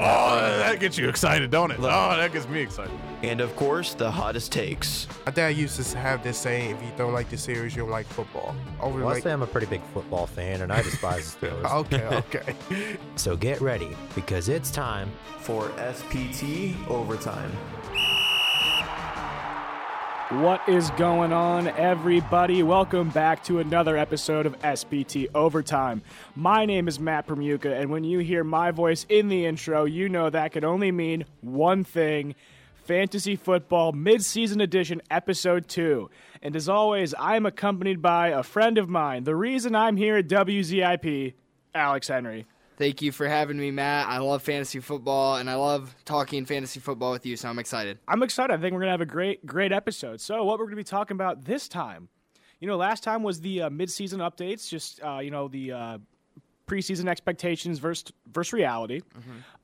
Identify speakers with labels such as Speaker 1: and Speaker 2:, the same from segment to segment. Speaker 1: Oh, that gets you excited, don't it? Oh, that gets me excited.
Speaker 2: and of course, the hottest takes.
Speaker 3: My dad used to have this saying: "If you don't like the series, you don't like football." Over
Speaker 4: Well, I
Speaker 3: like,
Speaker 4: say I'm a pretty big football fan and I despise the Steelers.
Speaker 3: okay, okay.
Speaker 4: So get ready because it's time.
Speaker 2: For SPT Overtime.
Speaker 5: What is going on, everybody? Welcome back to another episode of SPT Overtime. My name is Matt Permuka, and when you hear my voice in the intro, you know that can only mean one thing Fantasy Football Midseason Edition, Episode 2. And as always, I'm accompanied by a friend of mine. The reason I'm here at WZIP, Alex Henry.
Speaker 6: Thank you for having me, Matt. I love fantasy football and I love talking fantasy football with you, so I'm excited.
Speaker 5: I'm excited. I think we're going to have a great, great episode. So, what we're going to be talking about this time, you know, last time was the uh, midseason updates, just, uh, you know, the uh, preseason expectations versus, versus reality.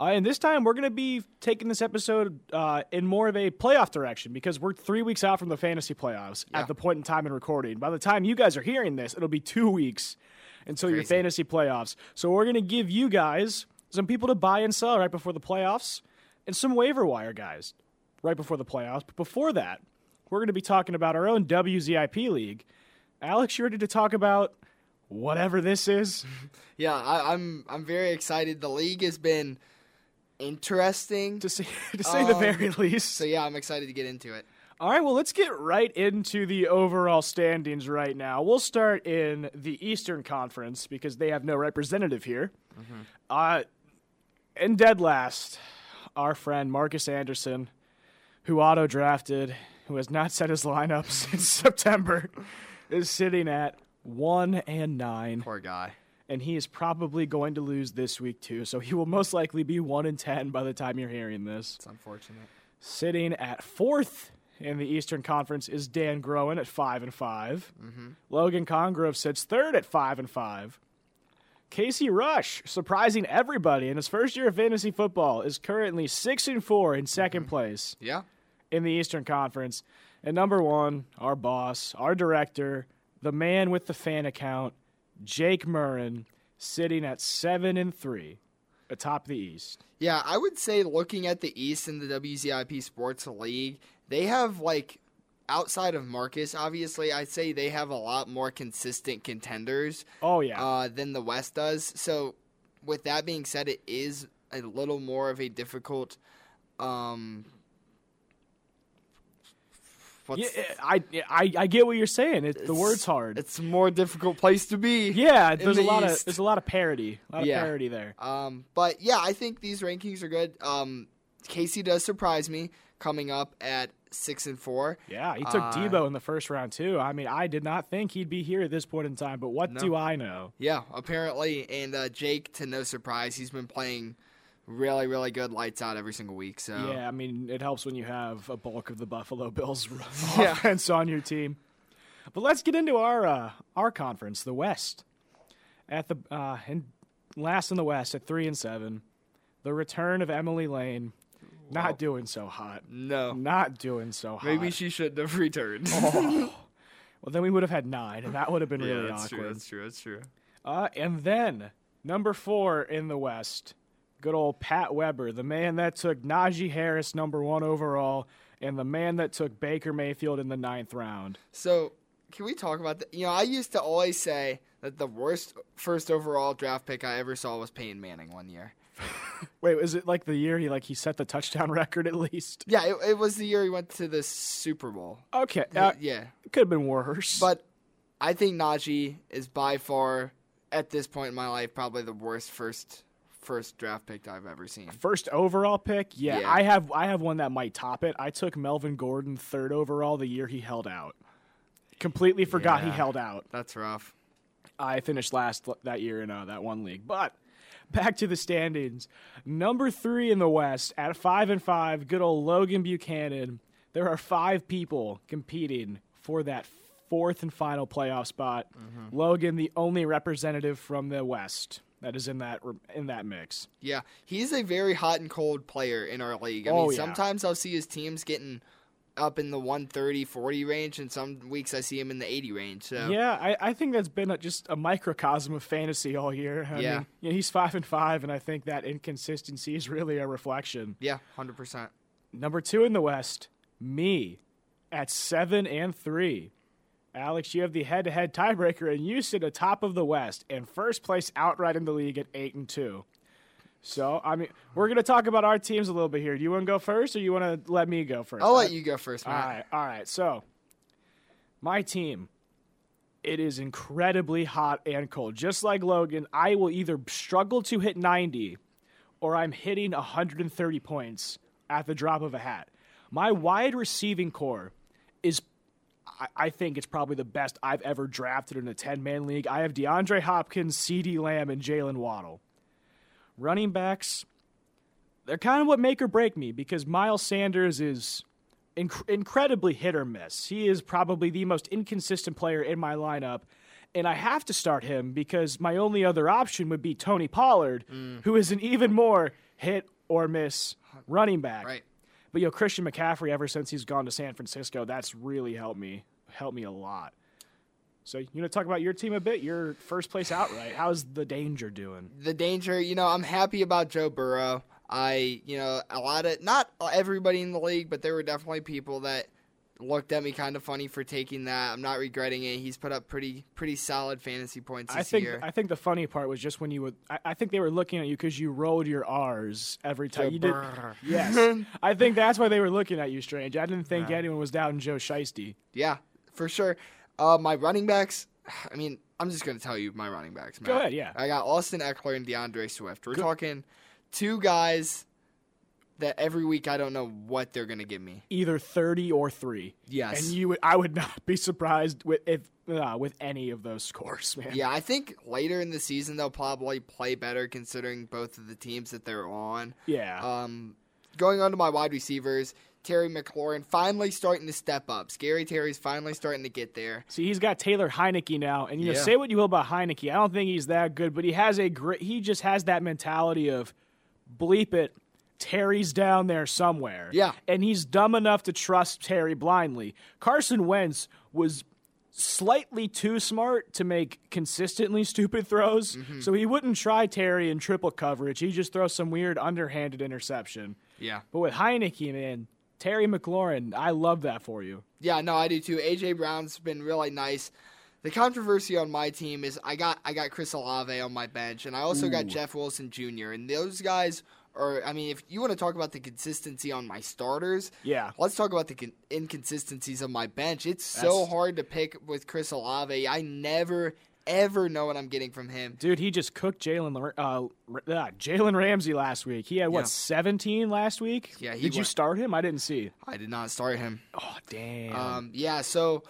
Speaker 5: Uh, and this time, we're going to be taking this episode uh, in more of a playoff direction because we're three weeks out from the fantasy playoffs at the point in time in recording. By the time you guys are hearing this, it'll be two weeks until your
Speaker 6: Crazy.
Speaker 5: fantasy playoffs. So, we're going to give you guys some people to buy and sell right before the playoffs and some waiver wire guys right before the playoffs. But before that, we're going to be talking about our own WZIP league. Alex, you ready to talk about whatever this is?
Speaker 6: Yeah, I, I'm I'm very excited. The league has been interesting.
Speaker 5: To say, to say the
Speaker 6: Um,
Speaker 5: very least.
Speaker 6: so yeah, I'm excited to get into it.
Speaker 5: All right, well, let's get right into the overall standings right now. We'll start in the Eastern Conference because they have no representative here. Uh, and dead last, our friend Marcus Anderson, who auto drafted, who has not set his lineup since September, is sitting at one and nine,
Speaker 6: Poor guy.
Speaker 5: and he is probably going to lose this week too. So he will most likely be one and ten by the time you're hearing this.
Speaker 6: It's unfortunate.
Speaker 5: Sitting at fourth in the Eastern Conference is Dan Groen at five and 5 Logan Congrove sits third at five and five. Casey Rush, surprising everybody in his first year of fantasy football, is currently six and four in 2nd place
Speaker 6: Yeah.
Speaker 5: in the Eastern Conference. And number one, our boss, our director, the man with the fan account, Jake Murrin, sitting at seven and three, atop the East.
Speaker 6: Yeah, I would say looking at the East in the WZIP Sports League, they have like outside of Marcus, obviously, I'd say they have a lot more consistent contenders.
Speaker 5: Oh yeah.
Speaker 6: uh, than the West does. So, with that being said, it is a little more of a difficult. Um, what's,
Speaker 5: Yeah, I, I I get what you're saying. It, the word's hard.
Speaker 6: It's a more difficult place to be.
Speaker 5: yeah,
Speaker 6: in
Speaker 5: there's
Speaker 6: the
Speaker 5: a lot of
Speaker 6: East.
Speaker 5: there's a lot of parody, a lot
Speaker 6: Yeah.
Speaker 5: of parody there.
Speaker 6: Um, but yeah, I think these rankings are good. Um, Casey does surprise me coming up at six and four.
Speaker 5: Yeah, he took
Speaker 6: Uh,
Speaker 5: Debo in the first round too. I mean, I did not think he'd be here at this point in time, but what do I know?
Speaker 6: Yeah, apparently, and uh, Jake, to no surprise, he's been playing really, really good, lights out every single week. So
Speaker 5: Yeah, I mean, it helps when you have a bulk of the Buffalo Bills
Speaker 6: Yeah.
Speaker 5: offense on your team. But let's get into our uh, our conference, the West. At the uh, and last in the West at three and seven, the return of Emily Lane, not doing so hot.
Speaker 6: no,
Speaker 5: Not doing so hot.
Speaker 6: maybe she shouldn't have returned.
Speaker 5: Well, then we would have had nine, and that would have been really
Speaker 6: that's
Speaker 5: awkward.
Speaker 6: true. That's true. That's true.
Speaker 5: Uh, and then number four in the West, good old Pat Weber, the man that took Najee Harris number one overall, and the man that took Baker Mayfield in the ninth round.
Speaker 6: So, can we talk about that? You know, I used to always say that the worst first overall draft pick I ever saw was Peyton Manning one year.
Speaker 5: Wait, is it like the year he like he set the touchdown record at least?
Speaker 6: Yeah, it, it was the year he went to the Super Bowl.
Speaker 5: Okay, uh,
Speaker 6: yeah,
Speaker 5: it could have been worse.
Speaker 6: but I think Najee is by far at this point in my life probably the worst first first draft pick I've ever seen.
Speaker 5: first overall pick, yeah,
Speaker 6: Yeah.
Speaker 5: I have I have one that might top it. I took Melvin Gordon third overall the year he held out. Completely forgot he
Speaker 6: Yeah.
Speaker 5: held out.
Speaker 6: That's rough.
Speaker 5: I finished last l- that year in uh, that one league. But back to the standings. Number three in the West at five and five, good old Logan Buchanan. There are five people competing for that fourth and final playoff spot. Logan, the only representative from the West that is in that in that mix.
Speaker 6: Yeah, he's a very hot and cold player in our league. I
Speaker 5: Oh,
Speaker 6: mean,
Speaker 5: yeah.
Speaker 6: sometimes I'll see his teams getting up in the 130, 40 range, and some weeks I see him in the 80 range. So
Speaker 5: Yeah, I, I think that's been a, just a microcosm of fantasy all year. I
Speaker 6: Yeah.
Speaker 5: mean, yeah, he's five and five, and I think that inconsistency is really a reflection.
Speaker 6: yeah, 100%.
Speaker 5: Number two in the West, me, at seven and three. Alex, you have the head-to-head tiebreaker, and you sit atop of the West and first place outright in the league at eight and two. So, I mean, we're going to talk about our teams a little bit here. Do you want to go first, or you want to let me go first?
Speaker 6: I'll let you go first,
Speaker 5: Uh, All
Speaker 6: man.
Speaker 5: right, all right. So, my team, it is incredibly hot and cold. Just like Logan, I will either struggle to hit 90 or I'm hitting 130 points at the drop of a hat. My wide receiving core is, I, I think it's probably the best I've ever drafted in a 10 man league. I have DeAndre Hopkins, CD Lamb, and Jalen Waddle. Running backs, they're kind of what make or break me because Miles Sanders is inc- incredibly hit or miss. He is probably the most inconsistent player in my lineup. And I have to start him because my only other option would be Tony Pollard, who is an even more hit or miss running back.
Speaker 6: Right.
Speaker 5: But yo, Christian McCaffrey, ever since he's gone to San Francisco, that's really helped me. Helped me a lot. So you want to talk about your team a bit? Your first place outright. How's the danger doing?
Speaker 6: the danger, you know, I'm happy about Joe Burrow. I, you know, a lot of not everybody in the league, but there were definitely people that looked at me kind of funny for taking that. I'm not regretting it. He's put up pretty pretty solid fantasy points
Speaker 5: I
Speaker 6: this
Speaker 5: think
Speaker 6: year.
Speaker 5: I think the funny part was just when you would. I, I think they were looking at you because you rolled your R's every time you did. Yes, I think that's why they were looking at you, strange. I didn't think anyone was doubting Joe Shiesty.
Speaker 6: yeah, for sure. Uh, my running backs, I mean, I'm just going to tell you my running backs. Matt.
Speaker 5: ahead, yeah.
Speaker 6: I got Austin Eckler and DeAndre Swift. We're talking two guys that every week I don't know what they're going to give me.
Speaker 5: Either thirty or three.
Speaker 6: Yes.
Speaker 5: and you. Would, I would not be surprised with if uh, with any of those scores, man.
Speaker 6: Yeah, I think later in the season they'll probably play better considering both of the teams that they're on.
Speaker 5: Yeah.
Speaker 6: Um, going on to my wide receivers, Terry McLaurin finally starting to step up. Scary Terry's finally starting to get there.
Speaker 5: See, he's got Taylor Heineke now, and you know,
Speaker 6: Yeah.
Speaker 5: say what you will about Heineke, I don't think he's that good, but he has a great. He just has that mentality of, bleep it, Terry's down there somewhere.
Speaker 6: Yeah.
Speaker 5: and he's dumb enough to trust Terry blindly. Carson Wentz was slightly too smart to make consistently stupid throws,
Speaker 6: Mm-hmm.
Speaker 5: so he wouldn't try Terry in triple coverage. He just throws some weird underhanded interception.
Speaker 6: Yeah.
Speaker 5: But with Heineke, man, Terry McLaurin, I love that for you.
Speaker 6: Yeah, no, I do too. AJ Brown's been really nice. The controversy on my team is I got I got Chris Olave on my bench, and I also got Jeff Wilson Jr. And those guys are. I mean, if you want to talk about the consistency on my starters,
Speaker 5: Yeah.
Speaker 6: let's talk about the con- inconsistencies on my bench. It's so hard to pick with Chris Olave. I never ever know what I'm getting from him.
Speaker 5: Dude, he just cooked Jalen Lam- uh, Ra- uh, Jalen Ramsey last week. He had what
Speaker 6: Yeah.
Speaker 5: seventeen last week.
Speaker 6: Yeah, he
Speaker 5: did you
Speaker 6: went-
Speaker 5: start him? I didn't see.
Speaker 6: I did not start him.
Speaker 5: Oh damn.
Speaker 6: Um, yeah, so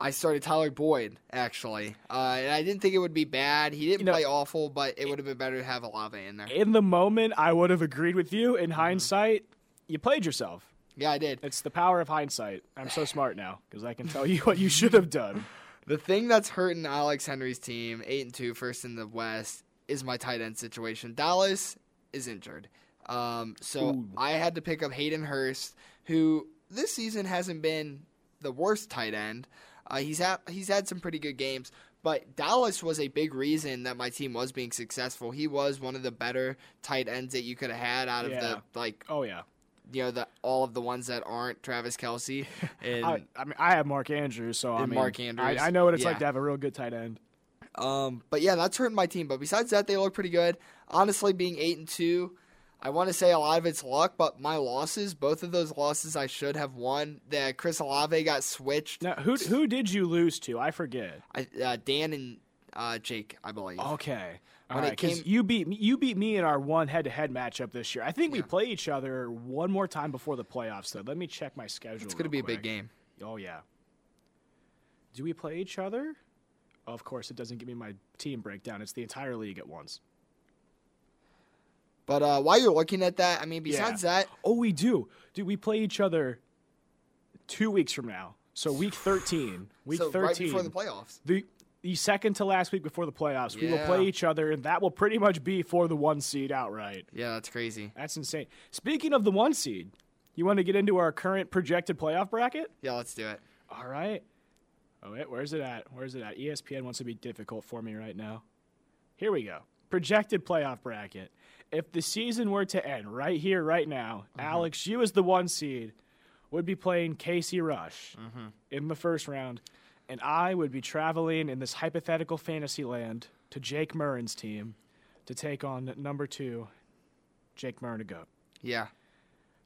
Speaker 6: I started Tyler Boyd actually, uh, and I didn't think it would be bad. He didn't
Speaker 5: You know-
Speaker 6: play awful, but it would have been better to have Olave in there.
Speaker 5: In the moment, I would have agreed with you. In
Speaker 6: Mm-hmm.
Speaker 5: hindsight, you played yourself.
Speaker 6: Yeah, I did.
Speaker 5: It's the power of hindsight. I'm so smart now because I can tell you what you should have done.
Speaker 6: The thing that's hurting Alex Henry's team, eight and two, first in the West, is my tight end situation. Dallas is injured, um, so I had to pick up Hayden Hurst, who this season hasn't been the worst tight end. Uh, he's had he's had some pretty good games, but Dallas was a big reason that my team was being successful. He was one of the better tight ends that you could have had out of
Speaker 5: Yeah.
Speaker 6: the like
Speaker 5: Oh yeah.
Speaker 6: you know the all of the ones that aren't Travis Kelsey and.
Speaker 5: I, I mean, I have Mark Andrews, so I
Speaker 6: And
Speaker 5: mean,
Speaker 6: Mark
Speaker 5: I-
Speaker 6: Andrews,
Speaker 5: I, know what it's
Speaker 6: yeah.
Speaker 5: like to have a real good tight end.
Speaker 6: Um, but yeah, that's hurting my team. But besides that, they look pretty good. Honestly, being eight and two, I want to say a lot of it's luck, but my losses, both of those losses, I should have won. That Chris Olave got switched.
Speaker 5: Now, who who did you lose to? I forget.
Speaker 6: I, uh, Dan and uh, Jake, I believe.
Speaker 5: Okay. All
Speaker 6: When it
Speaker 5: right, 'cause
Speaker 6: came-
Speaker 5: you beat me, you beat me in our one head-to-head matchup this year. I think we play each other one more time before the playoffs, though. Let me check my schedule.
Speaker 6: it's gonna be a big game.
Speaker 5: Oh yeah. Do we play each other? Of course, it doesn't give me my team breakdown. It's the entire league at once.
Speaker 6: But uh, while you're looking at that, I mean, besides that,
Speaker 5: Oh, we do. Do we play each other two weeks from now? So week 13, week
Speaker 6: so
Speaker 5: 13,
Speaker 6: right before the playoffs.
Speaker 5: the the second to last week before the playoffs, we will
Speaker 6: Yeah.
Speaker 5: play each other, and that will pretty much be for the one seed outright.
Speaker 6: Yeah, that's crazy.
Speaker 5: That's insane. Speaking of the one seed, you want to get into our current projected playoff bracket?
Speaker 6: Yeah, let's do it.
Speaker 5: All right. Oh, wait, where's it at? Where's it at? E ESPN wants to be difficult for me right now. Here we go. Projected playoff bracket. If the season were to end right here, right now, Alex, you as the one seed would be playing Casey Rush in the first round, and I would be traveling in this hypothetical fantasy land to Jake Murrin's team to take on number two, Jake Murrin to go.
Speaker 6: Yeah.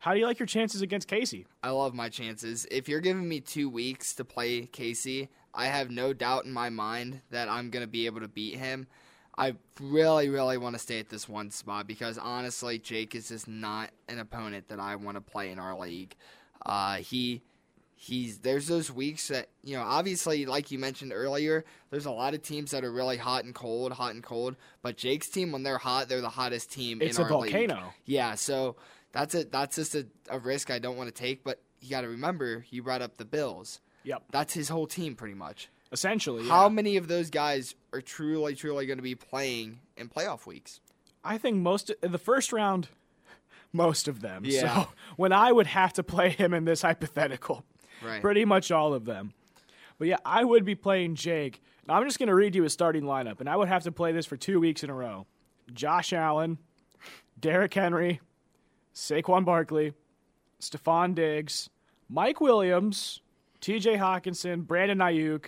Speaker 5: How do you like your chances against Casey?
Speaker 6: I love my chances. If you're giving me two weeks to play Casey, I have no doubt in my mind that I'm going to be able to beat him. I really, really want to stay at this one spot because honestly, Jake is just not an opponent that I want to play in our league. Uh, he. He's there's those weeks that you know obviously like you mentioned earlier there's a lot of teams that are really hot and cold hot and cold but Jake's team when they're hot they're the hottest team
Speaker 5: It's a
Speaker 6: in our league.
Speaker 5: volcano.
Speaker 6: Yeah, so that's a that's just a, a risk I don't want to take. But you got to remember, you brought up the Bills.
Speaker 5: Yep.
Speaker 6: That's his whole team, pretty much.
Speaker 5: Essentially,
Speaker 6: How
Speaker 5: yeah.
Speaker 6: many of those guys are truly, truly going to be playing in playoff weeks?
Speaker 5: I think most in the first round, most of them.
Speaker 6: Yeah.
Speaker 5: So when I would have to play him in this hypothetical,
Speaker 6: Right.
Speaker 5: pretty much all of them. But yeah, I would be playing Jake. Now, I'm just going to read you his starting lineup, and I would have to play this for two weeks in a row. Josh Allen, Derrick Henry, Saquon Barkley, Stephon Diggs, Mike Williams, T.J. Hawkinson, Brandon Ayuk.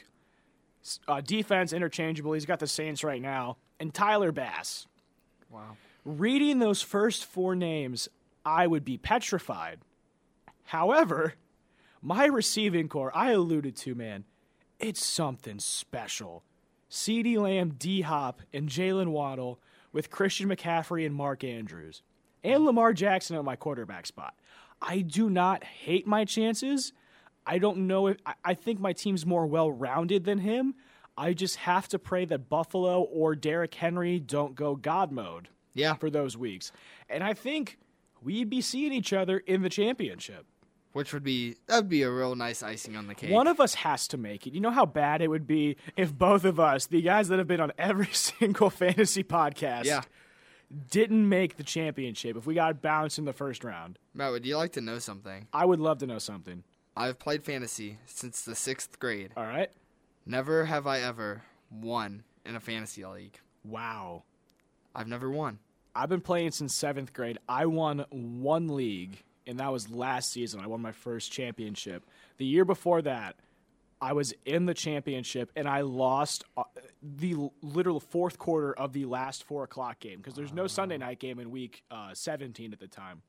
Speaker 5: s- Uh, defense interchangeable. He's got the Saints right now, and Tyler Bass
Speaker 6: wow.
Speaker 5: reading those first four names, I would be petrified. However, my receiving core, I alluded to, man, it's something special. CeeDee Lamb, D Hop, and Jalen Waddle with Christian McCaffrey and Mark Andrews, and Lamar Jackson at my quarterback spot. I do not hate my chances. I don't know if I, I think my team's more well rounded than him. I just have to pray that Buffalo or Derrick Henry don't go God mode
Speaker 6: Yeah.
Speaker 5: for those weeks. And I think we'd be seeing each other in the championship.
Speaker 6: Which would be that would be a real nice icing on the cake.
Speaker 5: One of us has to make it. You know how bad it would be if both of us, the guys that have been on every single fantasy podcast,
Speaker 6: yeah.
Speaker 5: didn't make the championship if we got bounced in the first round.
Speaker 6: Matt, would you like to know something?
Speaker 5: I would love to know something.
Speaker 6: I've played fantasy since the sixth grade.
Speaker 5: All right.
Speaker 6: Never have I ever won in a fantasy league.
Speaker 5: Wow.
Speaker 6: I've never won.
Speaker 5: I've been playing since seventh grade. I won one league, and that was last season. I won my first championship. The year before that, I was in the championship, and I lost uh, the l- literal fourth quarter of the last four o'clock game because there's no Sunday night game in week uh, 17 at the time.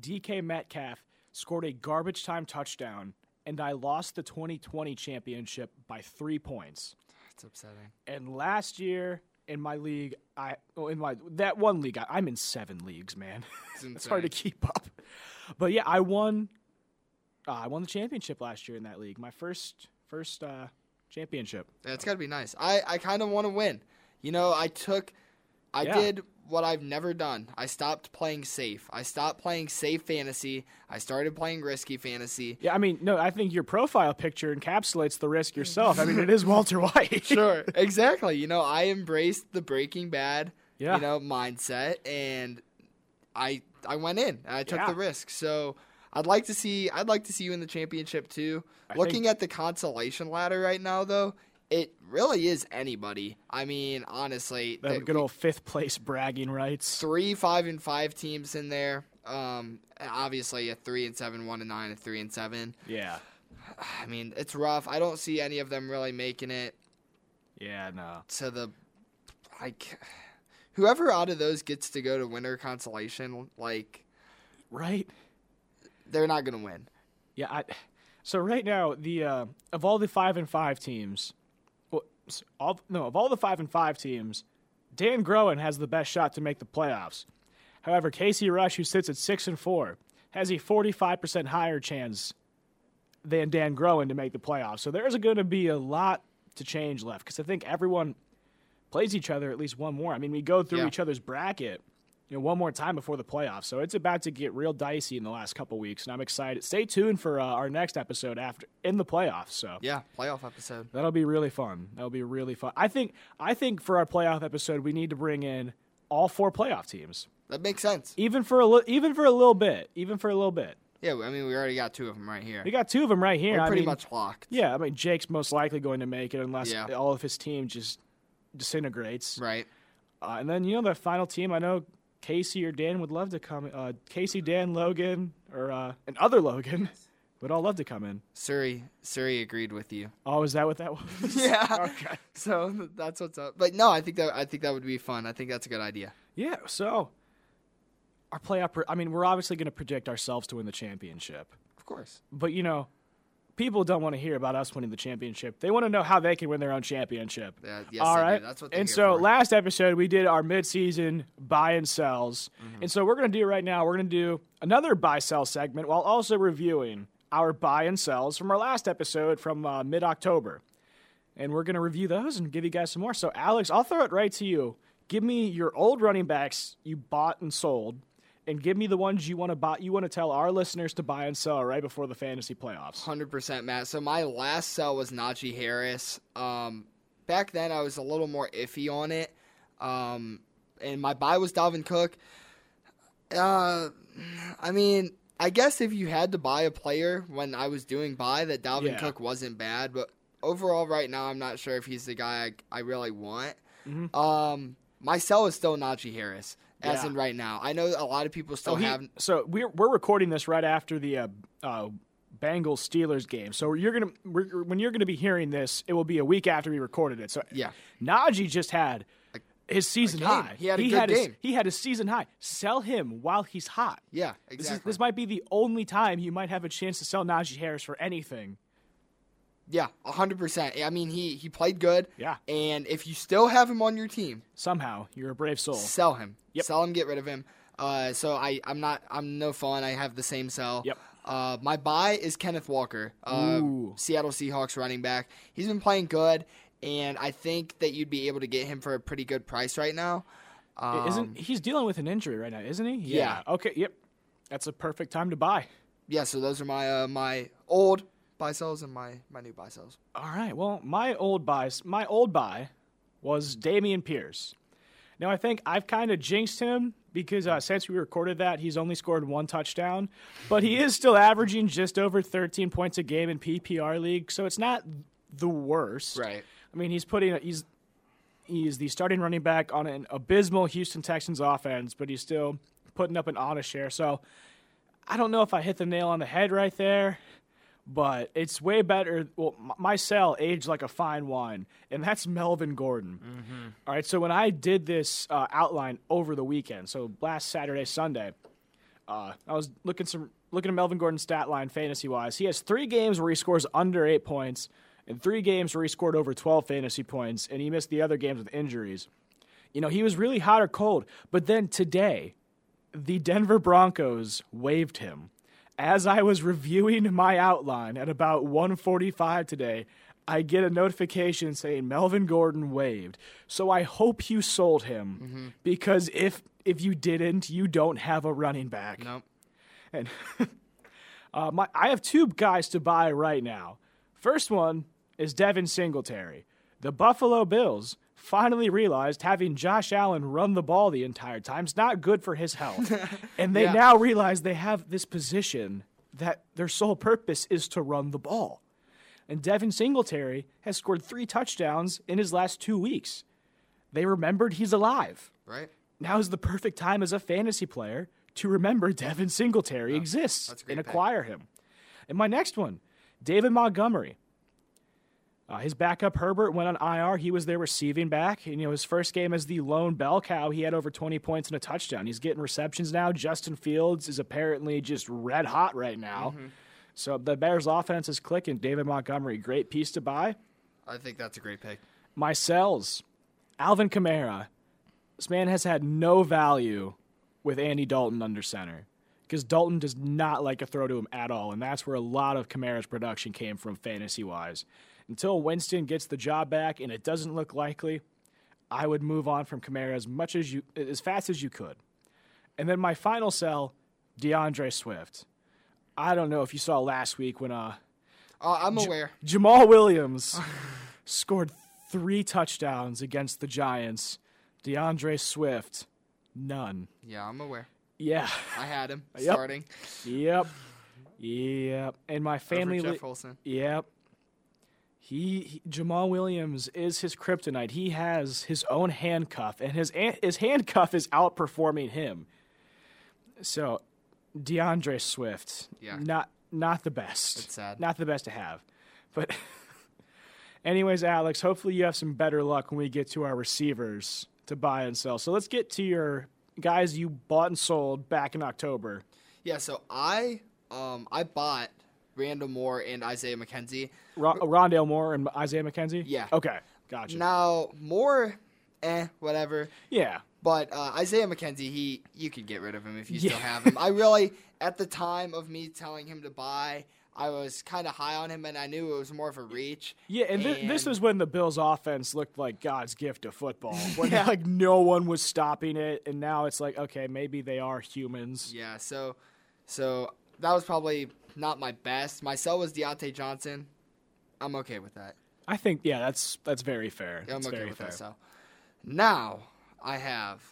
Speaker 5: DK Metcalf scored a garbage time touchdown, and I lost the 2020 championship by three points.
Speaker 6: That's upsetting.
Speaker 5: And last year in my league, I well, in my that one league, I, I'm in seven leagues, man. it's hard to keep up. But yeah, I won. Uh, I won the championship last year in that league. My first first uh, championship.
Speaker 6: That's got to be nice. I, I kind of want to win. You know, I took, I
Speaker 5: Yeah.
Speaker 6: did what I've never done. I stopped playing safe. I stopped playing safe fantasy. I started playing risky fantasy.
Speaker 5: Yeah, I mean, no, I think your profile picture encapsulates the risk yourself. I mean, it is Walter White.
Speaker 6: Sure, exactly. You know, I embraced the Breaking Bad,
Speaker 5: Yeah.
Speaker 6: you know, mindset, and I I went in. And I took
Speaker 5: Yeah.
Speaker 6: the risk. So I'd like to see I'd like to see you in the championship too. Looking at the consolation ladder right now, though, it really is anybody. I mean, honestly,
Speaker 5: That
Speaker 6: th-
Speaker 5: good old fifth place bragging rights.
Speaker 6: three five and five teams in there. Um, obviously a three and seven, one and nine, a three and seven.
Speaker 5: Yeah,
Speaker 6: I mean, it's rough. I don't see any of them really making it
Speaker 5: yeah, no.
Speaker 6: to the like. Whoever out of those gets to go to winter consolation, like
Speaker 5: Right?
Speaker 6: they're not gonna win.
Speaker 5: Yeah. I, so right now, the uh, of all the five and five teams, well, s- all no of all the five and five teams, Dan Groen has the best shot to make the playoffs. However, Casey Rush, who sits at six and four, has a forty-five percent higher chance than Dan Groen to make the playoffs. So there's going to be a lot to change left because I think everyone plays each other at least one more. I mean, we go through
Speaker 6: Yeah.
Speaker 5: each other's bracket, you know, one more time before the playoffs. So it's about to get real dicey in the last couple weeks, and I'm excited. Stay tuned for uh, our next episode after in the playoffs. So
Speaker 6: Yeah, playoff episode.
Speaker 5: that'll be really fun. That'll be really fun. I think I think for our playoff episode, we need to bring in all four playoff teams,
Speaker 6: That makes sense.
Speaker 5: even for a li- even for a little bit, even for a little bit.
Speaker 6: Yeah, I mean, we already got two of them right here.
Speaker 5: We got two of them right here.
Speaker 6: We're
Speaker 5: I
Speaker 6: pretty
Speaker 5: mean,
Speaker 6: much locked.
Speaker 5: Yeah, I mean Jake's most likely going to make it unless
Speaker 6: Yeah.
Speaker 5: all of his team just disintegrates.
Speaker 6: Right.
Speaker 5: Uh, and then you know the final team. I know Casey or Dan would love to come. Uh, Casey, Dan, Logan, or uh, and other Logan would all love to come in.
Speaker 6: Surrey, Surrey agreed with you.
Speaker 5: Oh, is that what that was?
Speaker 6: Yeah.
Speaker 5: okay.
Speaker 6: So th- that's what's up. But no, I think that I think that would be fun. I think that's a good idea.
Speaker 5: Yeah. So our playoff. Pre- I mean, we're obviously going to predict ourselves to win the championship,
Speaker 6: Of course.
Speaker 5: but you know. People don't want to hear about us winning the championship. They want to know how they can win their own championship.
Speaker 6: Yeah, Uh, yes, they do. That's what they're
Speaker 5: and
Speaker 6: here
Speaker 5: so
Speaker 6: for.
Speaker 5: last episode we did our midseason buy and sells,
Speaker 6: Mm-hmm.
Speaker 5: and so we're going to do right now. We're going to do another buy sell segment while also reviewing our buy and sells from our last episode from uh, mid October, and we're going to review those and give you guys some more. So Alex, I'll throw it right to you. Give me your old running backs you bought and sold. And give me the ones you want to buy. You want to tell our listeners to buy and sell right before the fantasy playoffs.
Speaker 6: Hundred percent, Matt. So my last sell was Najee Harris. Um, back then I was a little more iffy on it. Um, and my buy was Dalvin Cook. Uh, I mean, I guess if you had to buy a player when I was doing buy, that Dalvin
Speaker 5: Yeah.
Speaker 6: Cook wasn't bad. But overall, right now, I'm not sure if he's the guy I, I really want. Um, my sell is still Najee Harris, as
Speaker 5: Mm-hmm. Yeah.
Speaker 6: in right now. I know a lot of people still
Speaker 5: Oh, he-
Speaker 6: have
Speaker 5: so we're we're recording this right after the uh, uh, Bengals Steelers game. So you're gonna we're, when you're gonna be hearing this, it will be a week after we recorded it. So
Speaker 6: Yeah.
Speaker 5: Najee just had his season
Speaker 6: game.
Speaker 5: high.
Speaker 6: He had a good
Speaker 5: his-
Speaker 6: game.
Speaker 5: he had a season high. Sell him while he's hot.
Speaker 6: Yeah,
Speaker 5: This, is,
Speaker 6: exactly.
Speaker 5: this might be the only time you might have a chance to sell Najee Harris for anything.
Speaker 6: Yeah, hundred percent. I mean, he he played good.
Speaker 5: Yeah.
Speaker 6: And if you still have him on your team,
Speaker 5: Somehow, you're a brave soul.
Speaker 6: sell him.
Speaker 5: Yep.
Speaker 6: Sell him. Get rid of him. Uh, so I I'm not I'm no fun. I have the same sell.
Speaker 5: Yep.
Speaker 6: Uh, my buy is Kenneth Walker, uh,
Speaker 5: Ooh.
Speaker 6: Seattle Seahawks running back. He's been playing good, and I think that you'd be able to get him for a pretty good price right now.
Speaker 5: I- isn't he's dealing with an injury right now? Isn't he?
Speaker 6: Yeah.
Speaker 5: Okay. Yep. That's a perfect time to buy.
Speaker 6: Yeah. So those are my uh, my old buy sells and my my new buy sells.
Speaker 5: All right. Well, my old buy, my old buy, was Damian Pierce. Now I think I've kind of jinxed him because uh, since we recorded that, he's only scored one touchdown, but he is still averaging just over 13 points a game in PPR league, so it's not the worst.
Speaker 6: Right.
Speaker 5: I mean, he's putting he's he's the starting running back on an abysmal Houston Texans offense, but he's still putting up an honest share. So I don't know if I hit the nail on the head right there but it's way better. Well, m- my cell aged like a fine wine, and that's Melvin Gordon. All right, so when I did this uh, outline over the weekend, so last Saturday, Sunday, uh, I was looking some looking at Melvin Gordon's stat line fantasy wise. He has three games where he scores under eight points, and three games where he scored over twelve fantasy points, and he missed the other games with injuries. You know, he was really hot or cold, but then today, the Denver Broncos waived him. As I was reviewing my outline at about 1:45 today, I get a notification saying Melvin Gordon waived. So I hope you sold him because if if you didn't, you don't have a running back.
Speaker 6: Nope.
Speaker 5: And uh, my, I have two guys to buy right now. First one is Devin Singletary. The Buffalo Bills finally realized having Josh Allen run the ball the entire time is not good for his health. and they now realize they have this position that their sole purpose is to run the ball. And Devin Singletary has scored three touchdowns in his last two weeks. They remembered he's alive
Speaker 6: Right.
Speaker 5: now is the perfect time as a fantasy player to remember Devin Singletary exists
Speaker 6: Oh, a
Speaker 5: and
Speaker 6: great pick.
Speaker 5: acquire him. And my next one, David Montgomery. Uh, his backup Herbert went on IR. He was their receiving back. And, you know, his first game as the lone bell cow, he had over 20 points and a touchdown. He's getting receptions now. Justin Fields is apparently just red hot right now.
Speaker 6: Mm-hmm.
Speaker 5: So the Bears' offense is clicking. David Montgomery, great piece to buy
Speaker 6: I think that's a great pick.
Speaker 5: my cells, Alvin Kamara. This man has had no value with Andy Dalton under center because Dalton does not like to throw to him at all, and that's where a lot of Kamara's production came from fantasy wise. Until Winston gets the job back, and it doesn't look likely, I would move on from Kamara as much as you, as fast as you could. And then my final sell, DeAndre Swift. I don't know if you saw last week when uh,
Speaker 6: Uh, I'm aware.
Speaker 5: Jamal Williams scored three touchdowns against the Giants. DeAndre Swift, none.
Speaker 6: Yeah, I'm aware.
Speaker 5: Yeah.
Speaker 6: I had him
Speaker 5: Yep.
Speaker 6: starting
Speaker 5: Yep. Yep. And my family.
Speaker 6: over
Speaker 5: li-
Speaker 6: Jeff Wilson.
Speaker 5: Yep. He, he- Jamal Williams is his kryptonite. He has his own handcuff, and his an- his handcuff is outperforming him. So, DeAndre Swift,
Speaker 6: Yeah.
Speaker 5: not not the best.
Speaker 6: It's sad.
Speaker 5: Not the best to have, but. Anyways, Alex, hopefully you have some better luck when we get to our receivers to buy and sell. So let's get to your guys you bought and sold back in October.
Speaker 6: Yeah, so I um I bought Randall Moore and Isaiah McKenzie.
Speaker 5: Ro- Rondale Moore and Isaiah McKenzie?
Speaker 6: Yeah.
Speaker 5: Okay. Gotcha.
Speaker 6: Now Moore, eh, whatever.
Speaker 5: yeah.
Speaker 6: But uh, Isaiah McKenzie, he you could get rid of him if you still have him. I really, at the time of me telling him to buy, I was kind of high on him, and I knew it was more of a reach.
Speaker 5: Yeah, and, thi- this
Speaker 6: And-
Speaker 5: is when the Bills' offense looked like God's gift to football. When like no one was stopping it, and now it's like, okay, maybe they are humans.
Speaker 6: Yeah, so so that was probably not my best. My sell was Deontay Johnson. I'm okay with that.
Speaker 5: I think, yeah, that's that's very fair.
Speaker 6: I'm
Speaker 5: That's
Speaker 6: okay
Speaker 5: very
Speaker 6: with
Speaker 5: fair.
Speaker 6: that sell. Now I have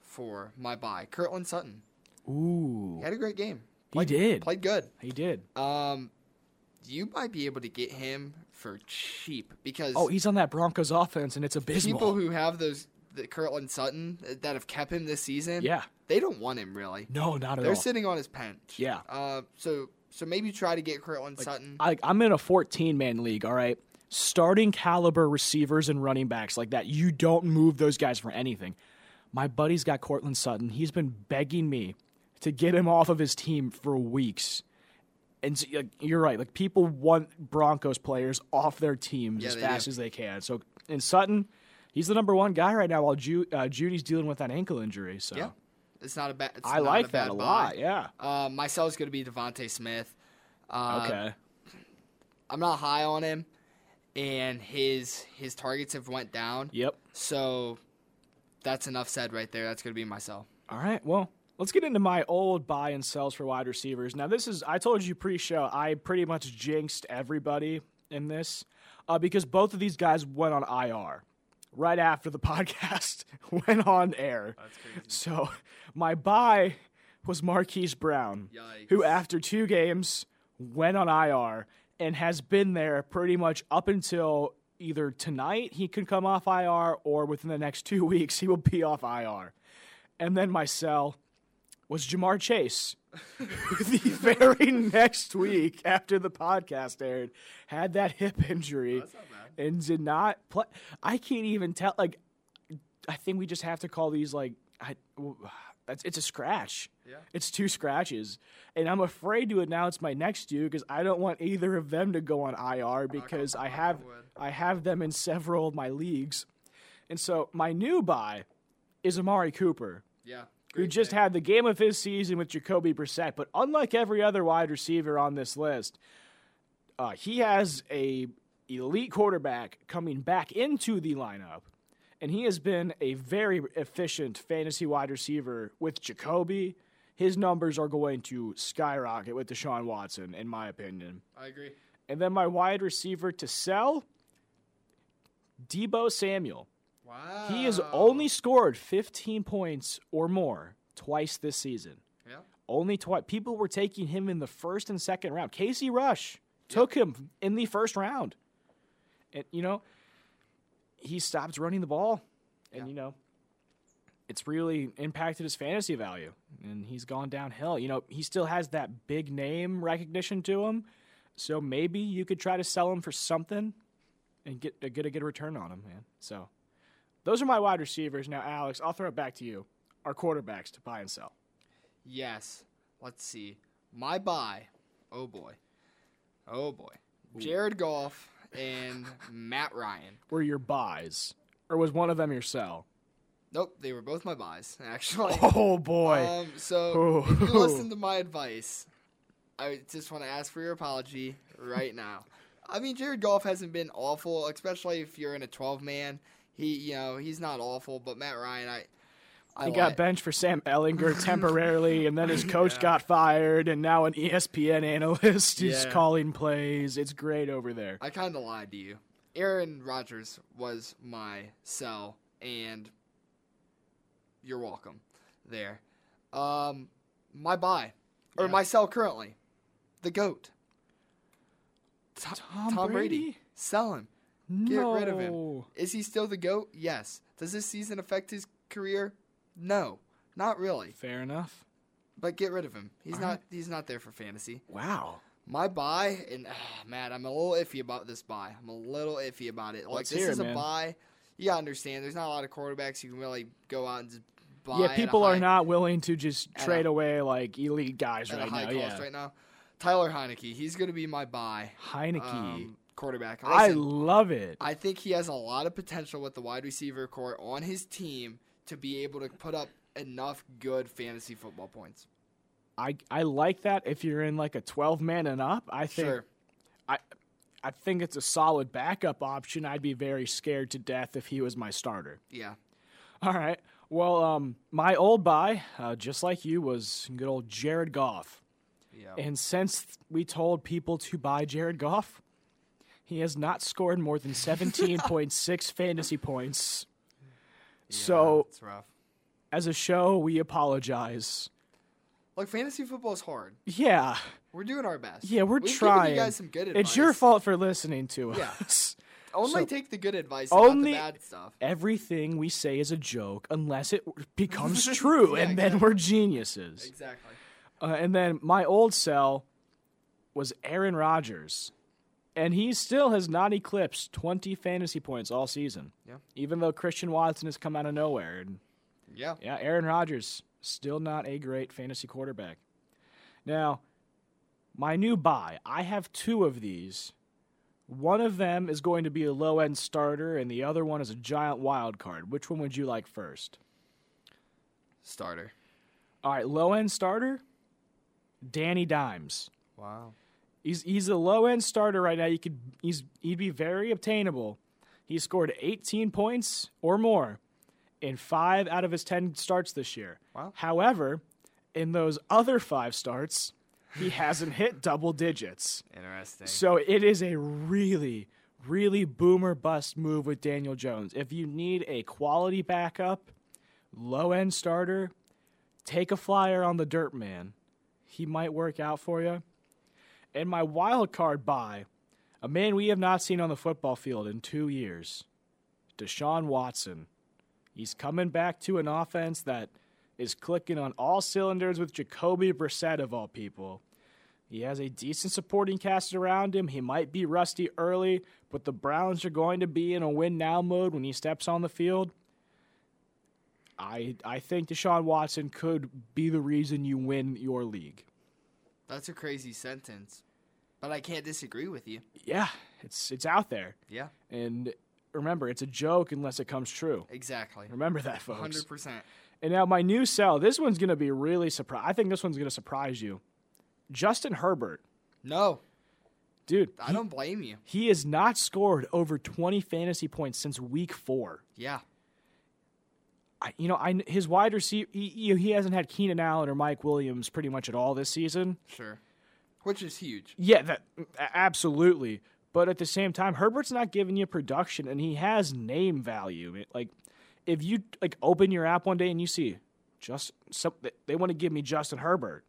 Speaker 6: for my buy Kirtland Sutton.
Speaker 5: Ooh,
Speaker 6: He had a great game.
Speaker 5: he did.
Speaker 6: Played good.
Speaker 5: He did.
Speaker 6: Um, you might be able to get him for cheap because
Speaker 5: oh, he's on that Broncos offense, and it's abysmal.
Speaker 6: people who have those the Kirtland Sutton uh, that have kept him this season,
Speaker 5: Yeah.
Speaker 6: they don't want him really.
Speaker 5: no, not at
Speaker 6: They're
Speaker 5: all.
Speaker 6: sitting on his bench.
Speaker 5: Yeah.
Speaker 6: Uh, so so maybe try to get Kirtland Sutton.
Speaker 5: I, I'm in a 14 man league. All right, starting caliber receivers and running backs like that. You don't move those guys for anything. My buddy's got Cortland Sutton. He's been begging me to get him off of his team for weeks. And so, like, you're right. Like people want Broncos players off their teams
Speaker 6: Yeah,
Speaker 5: as
Speaker 6: they
Speaker 5: fast
Speaker 6: do.
Speaker 5: as they can. So in Sutton, he's the number one guy right now. While Ju- uh, Judy's dealing with that ankle injury. So
Speaker 6: yeah. It's not a bad. it's
Speaker 5: I
Speaker 6: not
Speaker 5: like
Speaker 6: a
Speaker 5: that
Speaker 6: bad
Speaker 5: a
Speaker 6: buy.
Speaker 5: lot. Yeah.
Speaker 6: Uh, my sell is going to be Devonte Smith. Uh,
Speaker 5: Okay.
Speaker 6: I'm not high on him, and his his targets have went down.
Speaker 5: Yep.
Speaker 6: So that's enough said right there. That's going to be my sell.
Speaker 5: All right. Well, let's get into my old buy and sells for wide receivers. Now, this is, I told you pre show, I pretty much jinxed everybody in this uh, because both of these guys went on IR right after the podcast went on air. That's crazy. So, my buy was Marquise Brown, who after two games went on IR and has been there pretty much up until either tonight he could come off IR or within the next two weeks he will be off IR. And then my cell was Jamar Chase, who the very next week after the podcast aired had that hip injury and did not play. I can't even tell. Like, I think we just have to call these like I. w- That's it's a scratch. Yeah. It's two scratches, and I'm afraid to announce my next two because I don't want either of them to go on IR because Oh, I have I have them in several of my leagues, and so my new buy is Amari Cooper
Speaker 6: Yeah.
Speaker 5: who just had the game of his season with Jacoby Brissett. But unlike every other wide receiver on this list, uh, he has a elite quarterback coming back into the lineup, and he has been a very efficient fantasy wide receiver with Jacoby. His numbers are going to skyrocket with Deshaun Watson, in my opinion.
Speaker 6: I agree.
Speaker 5: And then my wide receiver to sell, Debo Samuel.
Speaker 6: Wow.
Speaker 5: He has only scored 15 points or more twice this season.
Speaker 6: Yeah.
Speaker 5: Only twice. People were taking him in the first and second round. Casey Rush took him in the first round. And, you know, he stopped running the ball. And, you know, it's really impacted his fantasy value. And he's gone downhill. You know, he still has that big name recognition to him. So maybe you could try to sell him for something and get, uh, get a good return on him, man. So. Those are my wide receivers. Now, Alex, I'll throw it back to you. Our quarterbacks to buy and sell.
Speaker 6: Yes. Let's see. My buy. Oh boy. Oh boy. Jared Goff and Matt Ryan.
Speaker 5: Were your buys, or was one of them your sell?
Speaker 6: Nope, they were both my buys actually.
Speaker 5: Oh boy!
Speaker 6: Um, so
Speaker 5: Oh.
Speaker 6: if you listen to my advice, I just want to ask for your apology right now. I mean, Jared Goff hasn't been awful, especially if you're in a 12 man. He, you know, he's not awful, but Matt Ryan, I, I
Speaker 5: He
Speaker 6: want
Speaker 5: got
Speaker 6: it.
Speaker 5: benched for Sam Ellinger temporarily, and then his coach got fired, and now an E ESPN analyst is
Speaker 6: Yeah.
Speaker 5: calling plays. It's great over there.
Speaker 6: I kind of lied to you. Aaron Rodgers was my sell, and you're welcome there. Um, my buy, or my sell currently, the GOAT. To-
Speaker 5: Tom Brady?
Speaker 6: Sell him. Uh, Get rid of him.
Speaker 5: No.
Speaker 6: Is he still the GOAT? Yes. Does this season affect his career? No. Not really.
Speaker 5: Fair enough.
Speaker 6: But get rid of him. He's not he's not there for fantasy.
Speaker 5: Wow.
Speaker 6: My buy, and ah, man, I'm a little iffy about this buy. I'm a little iffy about it. Like
Speaker 5: Let's
Speaker 6: this
Speaker 5: hear it,
Speaker 6: is a
Speaker 5: man.
Speaker 6: buy. You gotta understand. There's not a lot of quarterbacks you can really go out and just buy.
Speaker 5: Yeah,
Speaker 6: at a
Speaker 5: people are
Speaker 6: high-
Speaker 5: not willing to just
Speaker 6: a-
Speaker 5: trade away like elite guys
Speaker 6: at
Speaker 5: right
Speaker 6: a high
Speaker 5: now.
Speaker 6: cost
Speaker 5: Yeah.
Speaker 6: right now. Tyler Heineke, he's gonna be my buy
Speaker 5: Heineke.
Speaker 6: um, quarterback.
Speaker 5: I
Speaker 6: Listen,
Speaker 5: love it.
Speaker 6: I think he has a lot of potential with the wide receiver core on his team to be able to put up enough good fantasy football points.
Speaker 5: I I like that. If you're in like a 12 man and up, I think
Speaker 6: Sure.
Speaker 5: I think it's a solid backup option. I'd be very scared to death if he was my starter.
Speaker 6: Yeah.
Speaker 5: All right. Well, um, my old buy, uh, just like you, was good old Jared Goff.
Speaker 6: Yeah.
Speaker 5: And since we told people to buy Jared Goff, he has not scored more than 17.6 fantasy points. So,
Speaker 6: It's rough.
Speaker 5: as a show, we apologize.
Speaker 6: Look, fantasy football is hard.
Speaker 5: Yeah.
Speaker 6: We're doing our best.
Speaker 5: Yeah, we're
Speaker 6: We've given
Speaker 5: trying.
Speaker 6: You guys some good advice.
Speaker 5: It's your fault for listening to
Speaker 6: Yeah.
Speaker 5: us.
Speaker 6: Only
Speaker 5: So-
Speaker 6: take the good advice, only
Speaker 5: Only-
Speaker 6: not the bad stuff.
Speaker 5: Everything we say is a joke unless it becomes true,
Speaker 6: Yeah,
Speaker 5: and then
Speaker 6: exactly.
Speaker 5: we're geniuses.
Speaker 6: Exactly.
Speaker 5: Uh, and then my old cell was Aaron Rodgers, and he still has not eclipsed 20 fantasy points all season.
Speaker 6: Yeah.
Speaker 5: Even though Christian Watson has come out of nowhere, and
Speaker 6: Yeah.
Speaker 5: yeah, Aaron Rodgers still not a great fantasy quarterback. Now, my new buy, I have two of these. One of them is going to be a low end starter, and the other one is a giant wild card. Which one would you like first?
Speaker 6: Starter.
Speaker 5: All right, low end starter, Danny Dimes.
Speaker 6: Wow.
Speaker 5: He's he's a low end starter right now. You could he's he'd be very obtainable. He scored 18 points or more in five out of his 10 starts this year.
Speaker 6: Wow.
Speaker 5: However, in those other five starts, he hasn't hit double digits.
Speaker 6: Interesting.
Speaker 5: So it is a really, really boomer bust move with Daniel Jones. If you need a quality backup, low end starter, take a flyer on the dirt man. He might work out for you. And my wild card buy, a man we have not seen on the football field in two years, Deshaun Watson. He's coming back to an offense that is clicking on all cylinders with Jacoby Brissett of all people. He has a decent supporting cast around him. He might be rusty early, but the Browns are going to be in a win now mode when he steps on the field. I I think Deshaun Watson could be the reason you win your league.
Speaker 6: That's a crazy sentence, but I can't disagree with you.
Speaker 5: Yeah, it's it's out there.
Speaker 6: Yeah.
Speaker 5: And remember, it's a joke unless it comes true.
Speaker 6: Exactly.
Speaker 5: Remember that, folks.
Speaker 6: Hundred percent.
Speaker 5: And now my new cell. This one's going to be really surprise. I think this one's going to surprise you. Justin Herbert.
Speaker 6: No,
Speaker 5: Dude,
Speaker 6: I don't blame you.
Speaker 5: he has not scored over 20 fantasy points since week 4.
Speaker 6: Yeah.
Speaker 5: I, you know, I his wide receiver he, he he hasn't had Keenan Allen or Mike Williams pretty much at all this season.
Speaker 6: Sure. Which is huge.
Speaker 5: Yeah, that a- absolutely. But at the same time, Herbert's not giving you production, and he has name value. It- like, if you like open your app one day and you see just some, they want to give me Justin Herbert,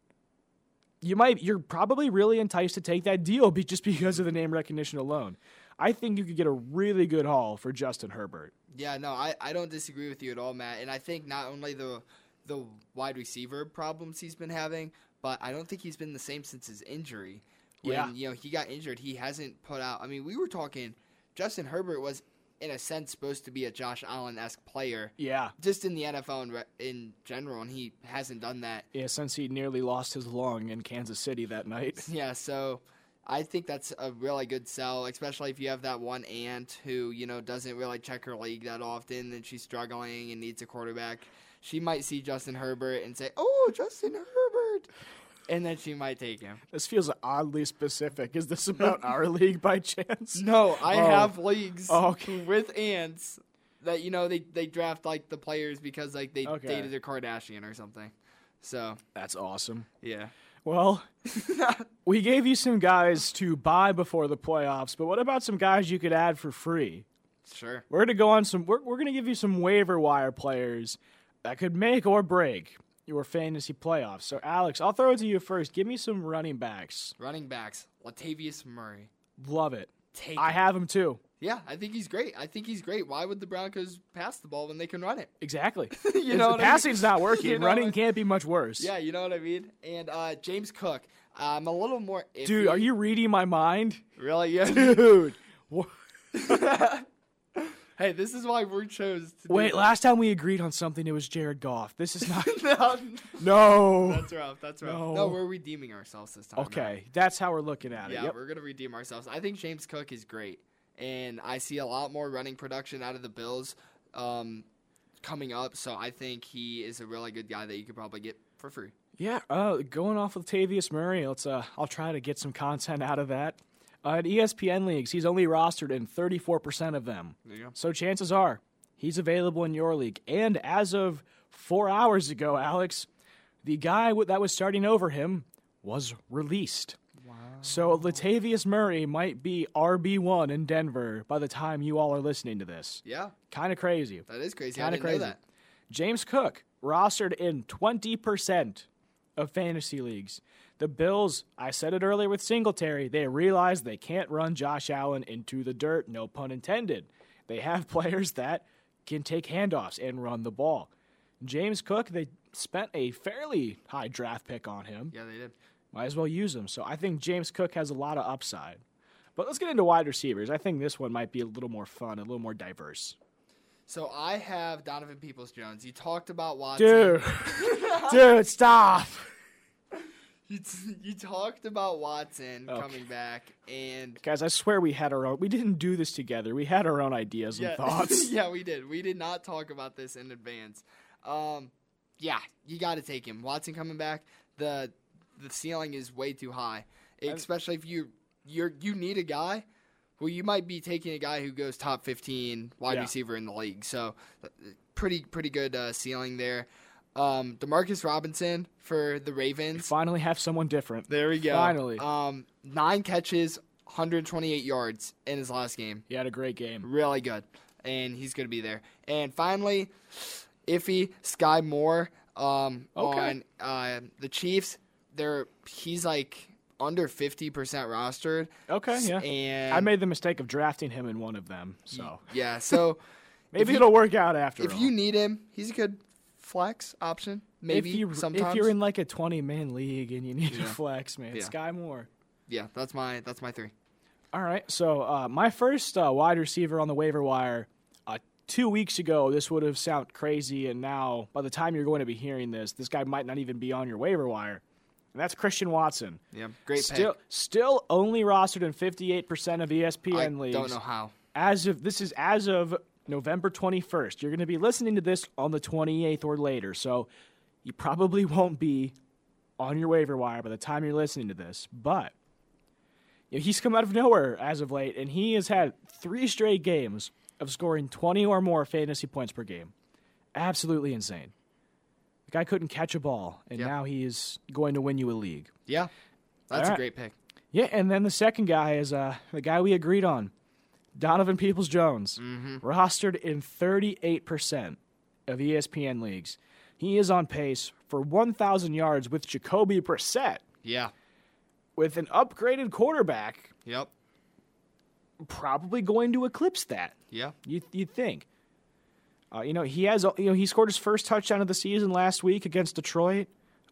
Speaker 5: you might you're probably really enticed to take that deal be, just because of the name recognition alone. I think you could get a really good haul for Justin Herbert.
Speaker 6: Yeah. No, I, I don't disagree with you at all, Matt. And I think not only the the wide receiver problems he's been having, but I don't think he's been the same since his injury. When,
Speaker 5: Yeah.
Speaker 6: You know, he got injured. He hasn't put out. I mean, we were talking. Justin Herbert was, in a sense, supposed to be a Josh Allen esque player.
Speaker 5: Yeah,
Speaker 6: just in the NFL in, re- in general, and he hasn't done that.
Speaker 5: yeah. Since he nearly lost his lung in Kansas City that night.
Speaker 6: Yeah, so I think that's a really good sell, especially if you have that one aunt who you know doesn't really check her league that often, and she's struggling and needs a quarterback. She might see Justin Herbert and say, "Oh, Justin Herbert," and then she might take him.
Speaker 5: This feels oddly specific. Is this about our league by chance?
Speaker 6: No, I
Speaker 5: Oh.
Speaker 6: have leagues
Speaker 5: Oh, okay.
Speaker 6: with ants that you know they they draft like the players because like they
Speaker 5: Okay.
Speaker 6: dated a Kardashian or something. So
Speaker 5: That's awesome.
Speaker 6: yeah.
Speaker 5: Well, we gave you some guys to buy before the playoffs, but what about some guys you could add for free?
Speaker 6: Sure.
Speaker 5: We're going to go on some, we're, we're going to give you some waiver wire players that could make or break your fantasy playoffs. So, Alex, I'll throw it to you first. Give me some running backs.
Speaker 6: Running backs, Latavius Murray.
Speaker 5: Love it.
Speaker 6: Take
Speaker 5: I
Speaker 6: it.
Speaker 5: have them too.
Speaker 6: Yeah, I think he's great. I think he's great. Why would the Broncos pass the ball when they can run it?
Speaker 5: Exactly.
Speaker 6: You
Speaker 5: If the
Speaker 6: know what I mean?
Speaker 5: passing's not working.
Speaker 6: You know
Speaker 5: Running
Speaker 6: what-
Speaker 5: can't be much worse.
Speaker 6: Yeah, you know what I mean. And uh, James Cook, I'm a little more. Iffy.
Speaker 5: Dude, are you reading my mind?
Speaker 6: really? Yeah.
Speaker 5: Dude. wha-
Speaker 6: hey, this is why we chose. To do
Speaker 5: Wait,
Speaker 6: this.
Speaker 5: last time we agreed on something, it was Jared Goff. This is not.
Speaker 6: no,
Speaker 5: no.
Speaker 6: that's rough. That's rough.
Speaker 5: No.
Speaker 6: No. we're redeeming ourselves this time.
Speaker 5: Okay, that's how we're looking at
Speaker 6: Matt.
Speaker 5: it.
Speaker 6: Yeah,
Speaker 5: Yep.
Speaker 6: we're gonna redeem ourselves. I think James Cook is great, and I see a lot more running production out of the Bills um, coming up. So I think he is a really good guy that you could probably get for free.
Speaker 5: Yeah, uh, going off with Tavius Murray, let's. Uh, I'll try to get some content out of that. Uh, in ESPN leagues, he's only rostered in 34% of them.
Speaker 6: There you go.
Speaker 5: So chances are he's available in your league. And as of four hours ago, Alex, the guy w- that was starting over him was released. So Latavius Murray might be RB1 in Denver by the time you all are listening to this.
Speaker 6: Yeah,
Speaker 5: Kind of crazy.
Speaker 6: that is crazy. I
Speaker 5: Kinda
Speaker 6: didn't
Speaker 5: crazy.
Speaker 6: know that.
Speaker 5: James Cook rostered in 20% of fantasy leagues. The Bills, I said it earlier with Singletary, they realize they can't run Josh Allen into the dirt, no pun intended. They have players that can take handoffs and run the ball. James Cook, they spent a fairly high draft pick on him.
Speaker 6: Yeah, they did.
Speaker 5: Might as well use him. So I think James Cook has a lot of upside. But let's get into wide receivers. I think this one might be a little more fun, a little more diverse.
Speaker 6: So I have Donovan Peoples Jones. You talked about Watson.
Speaker 5: Dude, dude, stop.
Speaker 6: You, t- you talked about Watson
Speaker 5: Okay.
Speaker 6: coming back and
Speaker 5: Guys, I swear we had our own. We didn't do this together. We had our own ideas and
Speaker 6: yeah,
Speaker 5: thoughts.
Speaker 6: yeah, we did. We did not talk about this in advance. Um, yeah, you got to take him. Watson coming back. The the ceiling is way too high, especially if you you're you need a guy. Well, you might be taking a guy who goes top fifteen wide
Speaker 5: Yeah.
Speaker 6: receiver in the league. So, uh, pretty pretty good uh, ceiling there. Um, Demarcus Robinson for the Ravens.
Speaker 5: Finally, have someone different.
Speaker 6: There we go.
Speaker 5: Finally.
Speaker 6: Um, nine catches, 128 yards in his last game.
Speaker 5: He had a great game.
Speaker 6: Really good. And he's going to be there. And finally, iffy Sky Moore um,
Speaker 5: Okay.
Speaker 6: on uh, the Chiefs. They're he's like under 50% rostered.
Speaker 5: Okay, yeah.
Speaker 6: And
Speaker 5: I made the mistake of drafting him in one of them, so
Speaker 6: yeah, so
Speaker 5: maybe
Speaker 6: you-
Speaker 5: it'll work out after
Speaker 6: if
Speaker 5: all.
Speaker 6: you need him, he's a good flex option. Maybe
Speaker 5: if, you,
Speaker 6: sometimes.
Speaker 5: if you're in like a 20 man league and you need to
Speaker 6: Yeah.
Speaker 5: flex, man,
Speaker 6: Yeah.
Speaker 5: Sky Moore.
Speaker 6: yeah, that's my that's my three.
Speaker 5: All right. So uh, my first uh, wide receiver on the waiver wire uh, two weeks ago, this would have sounded crazy, and now by the time you're going to be hearing this, this guy might not even be on your waiver wire, and that's Christian Watson.
Speaker 6: Yeah, great
Speaker 5: Still,
Speaker 6: pick.
Speaker 5: still only rostered in 58% of E ESPN
Speaker 6: I
Speaker 5: leagues.
Speaker 6: don't know how.
Speaker 5: As of this is as of November 21st. You're going to be listening to this on the 28th or later, so you probably won't be on your waiver wire by the time you're listening to this. But you know, he's come out of nowhere as of late, and he has had three straight games of scoring 20 or more fantasy points per game. Absolutely insane. The guy couldn't catch a ball, and
Speaker 6: Yeah.
Speaker 5: now he is going to win you a league.
Speaker 6: Yeah, that's
Speaker 5: Alright.
Speaker 6: a great pick.
Speaker 5: Yeah, and then the second guy is uh, the guy we agreed on, Donovan Peoples Jones, rostered in 38% of E ESPN leagues. He is on pace for 1,000 yards with Jacoby Brissett.
Speaker 6: Yeah.
Speaker 5: With an upgraded quarterback,
Speaker 6: Yep.
Speaker 5: probably going to eclipse that.
Speaker 6: Yeah.
Speaker 5: You you'd think. Uh, you know he has you know he scored his first touchdown of the season last week against Detroit.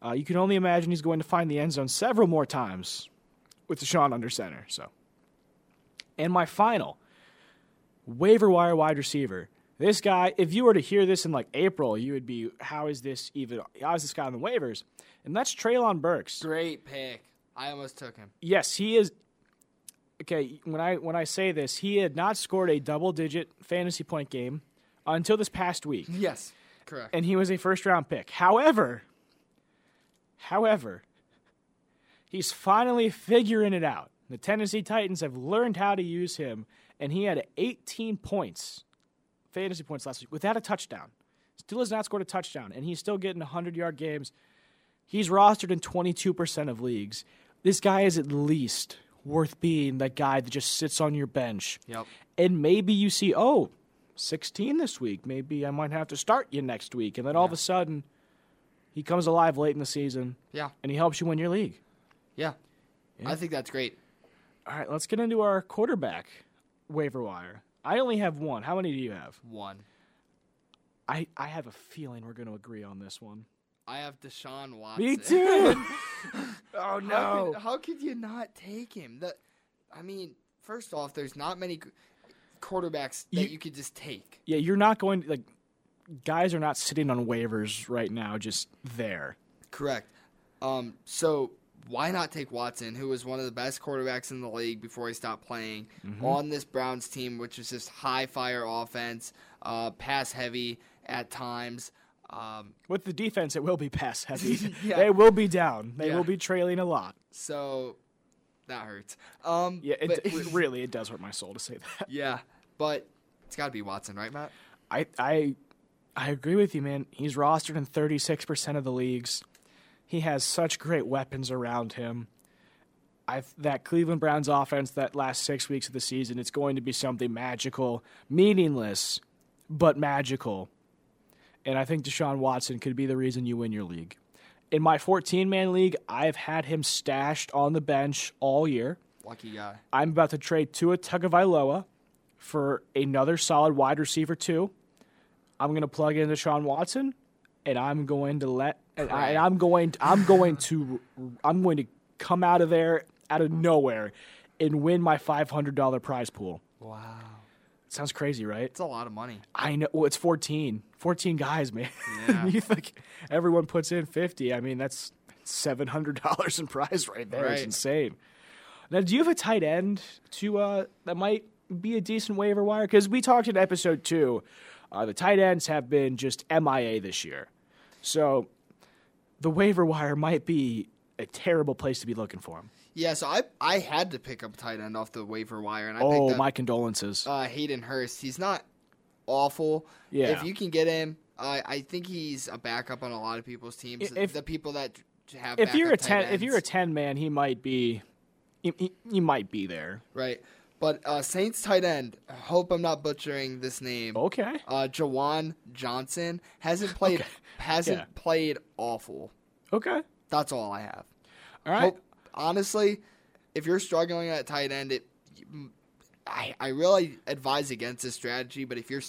Speaker 5: Uh, you can only imagine he's going to find the end zone several more times with Deshaun under center. So, and my final waiver wire wide receiver. This guy, if you were to hear this in like April, you would be, how is this even? How is this guy on the waivers? And that's Traylon Burks.
Speaker 6: Great pick. I almost took him.
Speaker 5: Yes, he is. Okay, when I when I say this, he had not scored a double digit fantasy point game until this past week,
Speaker 6: Yes. Correct.
Speaker 5: and he was a first round pick. However, however, he's finally figuring it out. The Tennessee Titans have learned how to use him, and he had 18 points fantasy points last week without a touchdown. Still has not scored a touchdown, and he's still getting 100 yard games. He's rostered in 22% of leagues. This guy is at least worth being that guy that just sits on your bench.
Speaker 6: Yep.
Speaker 5: And maybe you see, oh, 16 this week. Maybe I might have to start you next week. And then all of a sudden, he comes alive late in the season
Speaker 6: Yeah.
Speaker 5: and he helps you win your league.
Speaker 6: Yeah. I think that's great.
Speaker 5: All right, let's get into our quarterback waiver wire. I only have one. How many do you have?
Speaker 6: One.
Speaker 5: I, I have a feeling we're going to agree on this one.
Speaker 6: I have Deshaun Watson.
Speaker 5: Me too.
Speaker 6: oh no! How could, how could you not take him? The, I mean, first off, there's not many q- quarterbacks that
Speaker 5: You-
Speaker 6: you, could just take.
Speaker 5: yeah, you're not going to, like, guys are not sitting on waivers right now, just there.
Speaker 6: Correct. Um, so why not take Watson, who was one of the best quarterbacks in the league before he stopped playing,
Speaker 5: Mm-hmm.
Speaker 6: on this Browns team, which is just high fire offense, uh, pass heavy at times. Um,
Speaker 5: With the defense, it will be pass heavy.
Speaker 6: Yeah.
Speaker 5: They will be down. They
Speaker 6: Yeah.
Speaker 5: will be trailing a lot.
Speaker 6: so that hurts. Um,
Speaker 5: Yeah, it,
Speaker 6: but-
Speaker 5: it really, it does hurt my soul to say that.
Speaker 6: yeah, but it's got to be Watson, right, Matt?
Speaker 5: I I I agree with you, man. He's rostered in 36% of the leagues. He has such great weapons around him. I that Cleveland Browns offense that last 6 weeks of the season, it's going to be something magical, meaningless, but magical. And I think Deshaun Watson could be the reason you win your league. In my 14 man league, I've had him stashed on the bench all year.
Speaker 6: Lucky guy.
Speaker 5: I'm about to trade Tua Tagovailoa for another solid wide receiver too. I'm going to plug in Deshaun Watson, and I'm going to let and, I, and I'm going I'm going to I'm going to come out of there out of nowhere and win my $500 prize pool.
Speaker 6: Wow.
Speaker 5: Sounds crazy, right?
Speaker 6: It's a lot of money.
Speaker 5: I know well, it's 14. 14 guys, man.
Speaker 6: Yeah.
Speaker 5: you think everyone puts in 50. I mean, that's $700 in prize right there. It's
Speaker 6: Right.
Speaker 5: insane. Now, do you have a tight end to uh, that might be a decent waiver wire? Because we talked in episode two, uh, the tight ends have been just MIA this year, so the waiver wire might be a terrible place to be looking for him.
Speaker 6: Yeah, so I I had to pick up tight end off the waiver wire, and I picked
Speaker 5: Oh,
Speaker 6: up
Speaker 5: my condolences.
Speaker 6: uh, Hayden Hurst. He's not awful.
Speaker 5: Yeah.
Speaker 6: If you can get him, I I think he's a backup on a lot of people's teams.
Speaker 5: If-
Speaker 6: the people that have
Speaker 5: if you're a
Speaker 6: backup tight
Speaker 5: ten, if you're a
Speaker 6: ends,
Speaker 5: ten man, he might be, he, he, he might be there.
Speaker 6: right, but uh, Saints tight end. I Hope I'm not butchering this name.
Speaker 5: Okay.
Speaker 6: Uh, Jawan Johnson hasn't played hasn't
Speaker 5: Yeah.
Speaker 6: played awful.
Speaker 5: Okay.
Speaker 6: That's all I have.
Speaker 5: All right.
Speaker 6: Hope, honestly, if you're struggling at tight end, it I, I really advise against this strategy. But if you're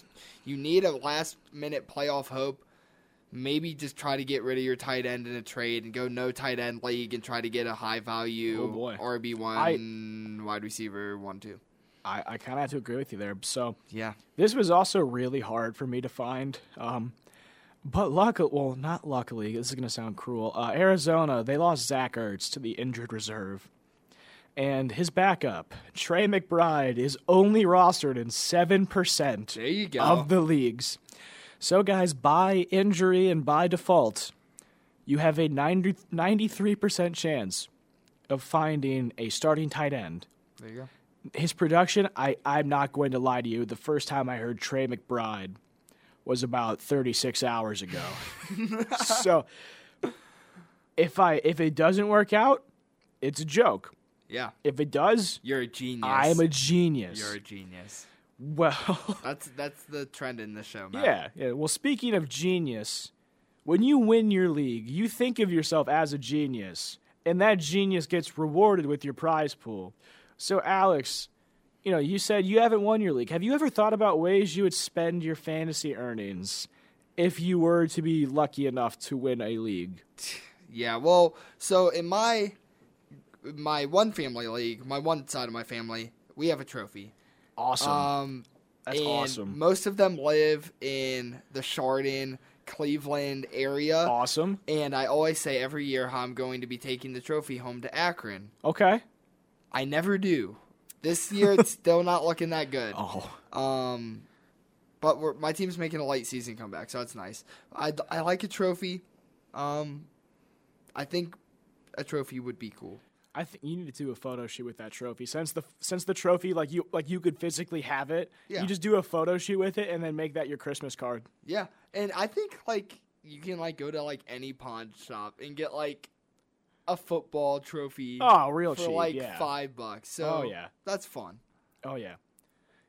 Speaker 6: you need a last minute playoff hope, maybe just try to get rid of your tight end in a trade and go no tight end league and try to get a high
Speaker 5: Oh,
Speaker 6: value
Speaker 5: boy.
Speaker 6: RB one wide receiver one two.
Speaker 5: I, I kind of have to agree with you there. So
Speaker 6: Yeah,
Speaker 5: this was also really hard for me to find. Um, but luckily, well, not luckily, this is going to sound cruel. Uh, Arizona, they lost Zach Ertz to the injured reserve. And his backup, Trey McBride, is only rostered in 7%
Speaker 6: there you go.
Speaker 5: of the leagues. So, guys, by injury and by default, you have a 90, 93% chance of finding a starting tight end
Speaker 6: there you go.
Speaker 5: his production, I, I'm not going to lie to you. The first time I heard Trey McBride was about 36 hours ago. so if I if it doesn't work out, it's a joke.
Speaker 6: Yeah,
Speaker 5: If it does,
Speaker 6: you're a genius.
Speaker 5: I'm a genius.
Speaker 6: you're a genius.
Speaker 5: well,
Speaker 6: That's that's the trend in the show, man.
Speaker 5: yeah, yeah. Well, speaking of genius, when you win your league, you think of yourself as a genius, and that genius gets rewarded with your prize pool. So, Alex, you know, you said you haven't won your league. Have you ever thought about ways you would spend your fantasy earnings if you were to be lucky enough to win a league?
Speaker 6: Yeah, well, so in my my one family league, my one side of my family, we have a trophy.
Speaker 5: Awesome.
Speaker 6: Um,
Speaker 5: That's
Speaker 6: and
Speaker 5: awesome.
Speaker 6: Most of them live in the Chardon, Cleveland area,
Speaker 5: awesome.
Speaker 6: and I always say every year how I'm going to be taking the trophy home to Akron.
Speaker 5: Okay.
Speaker 6: I never do. This year, it's still not looking that good.
Speaker 5: Oh.
Speaker 6: Um, but we're, my team's making a light season comeback, so that's nice. I, I like a trophy. Um, I think a trophy would be cool.
Speaker 5: I think you need to do a photo shoot with that trophy. Since the since the trophy like you like you could physically have it,
Speaker 6: Yeah.
Speaker 5: you just do a photo shoot with it and then make that your Christmas card.
Speaker 6: Yeah, and I think like you can like go to like any pawn shop and get like a football trophy
Speaker 5: Oh, real
Speaker 6: for
Speaker 5: cheap.
Speaker 6: like
Speaker 5: yeah.
Speaker 6: five bucks. So
Speaker 5: Oh, yeah.
Speaker 6: that's fun.
Speaker 5: Oh yeah.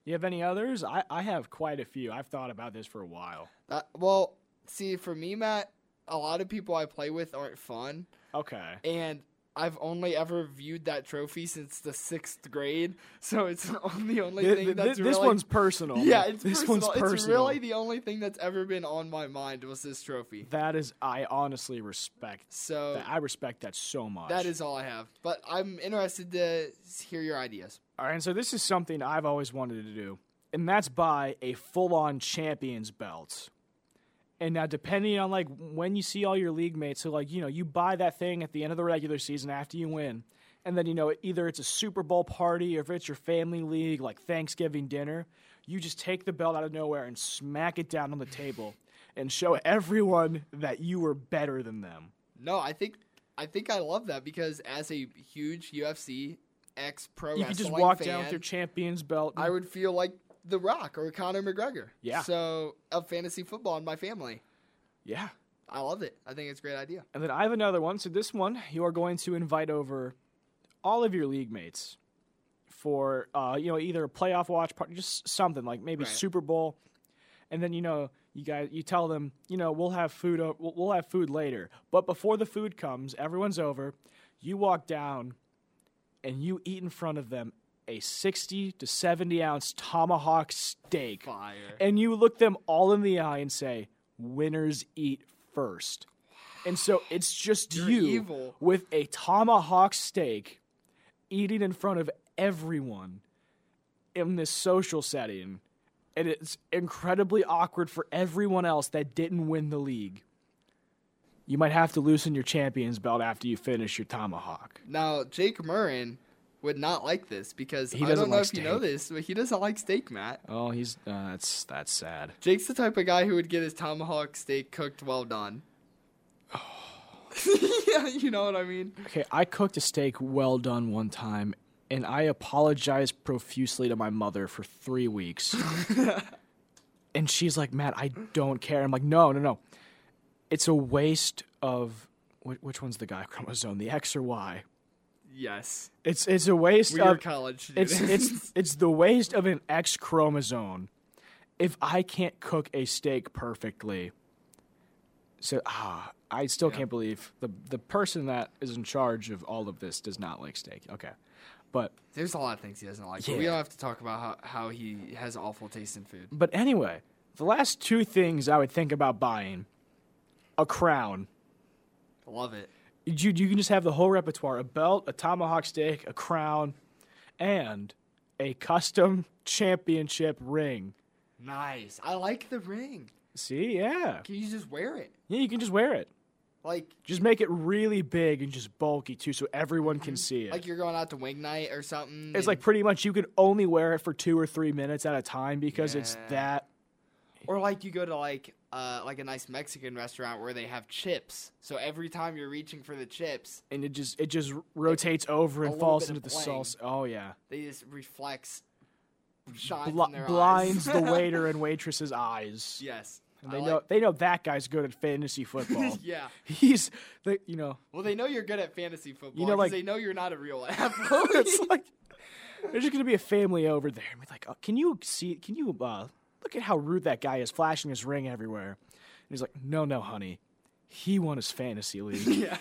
Speaker 5: You have any others? I, I have quite a few. I've thought about this for a while.
Speaker 6: That well, see for me, Matt, a lot of people I play with aren't fun,
Speaker 5: Okay.
Speaker 6: and I've only ever viewed that trophy since the sixth grade. So it's the only only
Speaker 5: Th-
Speaker 6: thing
Speaker 5: th- this
Speaker 6: that's really-
Speaker 5: one's personal.
Speaker 6: Yeah, it's
Speaker 5: this
Speaker 6: personal.
Speaker 5: one's personal.
Speaker 6: It's really the only thing that's ever been on my mind was this trophy.
Speaker 5: that is, I honestly respect.
Speaker 6: So
Speaker 5: That. I respect that so much.
Speaker 6: That is all I have. But I'm interested to s- hear your ideas.
Speaker 5: All right, and so this is something I've always wanted to do, and that's buy a full-on champions belt. And now, depending on like when you see all your league mates, so like you know, you buy that thing at the end of the regular season after you win, and then you know either it's a Super Bowl party or if it's your family league, like Thanksgiving dinner, you just take the belt out of nowhere and smack it down on the table, and show everyone that you were better than them.
Speaker 6: No, I think I think I love that because as a huge UFC ex pro
Speaker 5: You could
Speaker 6: wrestling
Speaker 5: just walk
Speaker 6: fan,
Speaker 5: down with your champions belt.
Speaker 6: I would feel like The Rock or Conor McGregor.
Speaker 5: Yeah.
Speaker 6: So of fantasy football in my family,
Speaker 5: yeah.
Speaker 6: I love it. I think it's a great idea.
Speaker 5: And then I have another one. So this one, you are going to invite over all of your league mates for uh, you know either a playoff watch party, just something like maybe
Speaker 6: Right.
Speaker 5: Super Bowl, and then you know you guys you tell them you know we'll have food o- we'll we'll have food later, but before the food comes, everyone's over. You walk down, and you eat in front of them a sixty to seventy ounce tomahawk steak,
Speaker 6: Fire.
Speaker 5: and you look them all in the eye and say, "Winners eat first. And so it's just
Speaker 6: You're
Speaker 5: you
Speaker 6: evil.
Speaker 5: with a tomahawk steak eating in front of everyone in this social setting. And it's incredibly awkward for everyone else that didn't win the league. You might have to loosen your champion's belt after you finish your tomahawk.
Speaker 6: Now Jake Murrin would not like this because
Speaker 5: He
Speaker 6: I
Speaker 5: doesn't
Speaker 6: don't know
Speaker 5: like
Speaker 6: if you know
Speaker 5: steak.
Speaker 6: this, but he doesn't like steak, Matt.
Speaker 5: Oh, he's uh, that's that's sad.
Speaker 6: Jake's the type of guy who would get his tomahawk steak cooked well done.
Speaker 5: Oh.
Speaker 6: yeah, you know what I mean.
Speaker 5: Okay, I cooked a steak well done one time, and I apologized profusely to my mother for three weeks. and she's like, Matt, I don't care. I'm like, no, no, no. It's a waste of. wh- Which one's the guy chromosome, the X or Y?
Speaker 6: Yes.
Speaker 5: It's it's a waste
Speaker 6: We are
Speaker 5: of
Speaker 6: college students.
Speaker 5: it's it's it's the waste of an X chromosome. If I can't cook a steak perfectly, so ah, I still can't believe the the person that is in charge of all of this does not like steak. Okay, but
Speaker 6: There's a lot of things he doesn't like. but We
Speaker 5: Yeah.
Speaker 6: don't have to talk about how, how he has awful taste in food.
Speaker 5: but anyway, the last two things I would think about buying: a crown.
Speaker 6: Love it.
Speaker 5: You you can just have the whole repertoire: a belt, a tomahawk steak, a crown, and a custom championship ring.
Speaker 6: Nice. I like the ring.
Speaker 5: See, yeah.
Speaker 6: Can you just wear it?
Speaker 5: Yeah, you can just wear it.
Speaker 6: Like
Speaker 5: Just make it really big and just bulky too, so everyone can see it.
Speaker 6: Mm-hmm. like you're going out to wing night or something.
Speaker 5: it's like
Speaker 6: and-
Speaker 5: pretty much you can only wear it for two or three minutes at a time because it's
Speaker 6: Yeah.
Speaker 5: that.
Speaker 6: or like you go to like uh like a nice Mexican restaurant where they have chips. So every time you're reaching for the chips,
Speaker 5: And it just it just rotates over
Speaker 6: A
Speaker 5: and
Speaker 6: little
Speaker 5: falls
Speaker 6: bit
Speaker 5: into
Speaker 6: of
Speaker 5: the
Speaker 6: bling.
Speaker 5: sauce. Oh yeah,
Speaker 6: they just reflex shine
Speaker 5: Bl-
Speaker 6: from their eyes.
Speaker 5: blinds the waiter and waitress's eyes.
Speaker 6: yes.
Speaker 5: And
Speaker 6: I
Speaker 5: they
Speaker 6: like-
Speaker 5: know they know that guy's good at fantasy football.
Speaker 6: yeah.
Speaker 5: He's the you know
Speaker 6: Well, they know you're good at fantasy football.
Speaker 5: know,
Speaker 6: 'cause
Speaker 5: like-
Speaker 6: they know you're not a real athlete.
Speaker 5: it's like there's just gonna be a family over there and be like, oh, can you see? Can you uh, look at how rude that guy is, flashing his ring everywhere? And he's like, no, no, honey, he won his fantasy league.
Speaker 6: Yeah.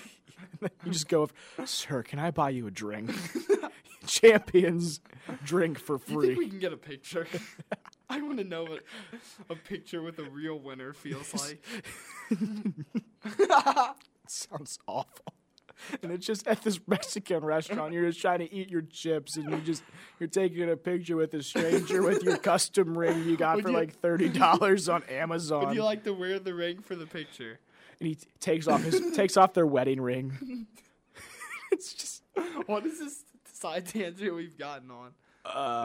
Speaker 5: you just go, over, sir, can I buy you a drink? Champions drink for
Speaker 6: Do you think
Speaker 5: free.
Speaker 6: we can get a picture? I want to know what a picture with a real winner feels like.
Speaker 5: Sounds awful. And it's just at this Mexican restaurant, you're just trying to eat your chips, and you just you're taking a picture with a stranger with your custom ring you got for
Speaker 6: you-
Speaker 5: like thirty dollars on Amazon.
Speaker 6: Would you like to wear the ring for the picture?
Speaker 5: and he t- takes off his takes off their wedding ring. it's just
Speaker 6: What is this side tangent we've gotten on?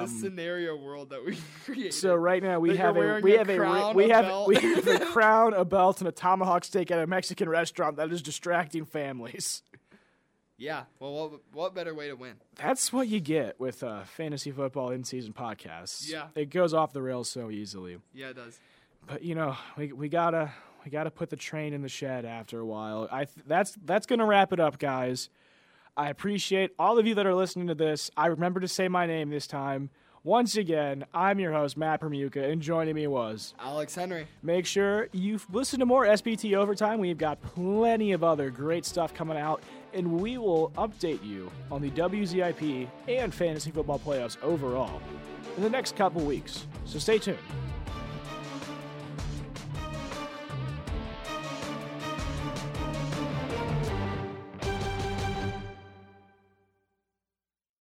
Speaker 6: this scenario world that we created.
Speaker 5: Um, so right now we
Speaker 6: That you're
Speaker 5: have a
Speaker 6: wearing
Speaker 5: we
Speaker 6: a
Speaker 5: have a, ri-
Speaker 6: crown,
Speaker 5: we
Speaker 6: a
Speaker 5: have
Speaker 6: belt.
Speaker 5: we have a crown, a belt, and a tomahawk steak at a Mexican restaurant that is distracting families.
Speaker 6: Yeah. Well, what, what better way to win?
Speaker 5: That's what you get with uh, fantasy football in season podcasts.
Speaker 6: Yeah.
Speaker 5: It goes off the rails so easily.
Speaker 6: Yeah, it does.
Speaker 5: but you know we, we gotta we gotta put the train in the shed after a while i th- that's that's gonna wrap it up guys i appreciate all of you that are listening to this i remember to say my name this time once again i'm your host matt permuka and joining me was
Speaker 6: Alex Henry.
Speaker 5: make sure you f- listen to more sbt overtime we've got plenty of other great stuff coming out and we will update you on the wzip and fantasy football playoffs overall in the next couple weeks so stay tuned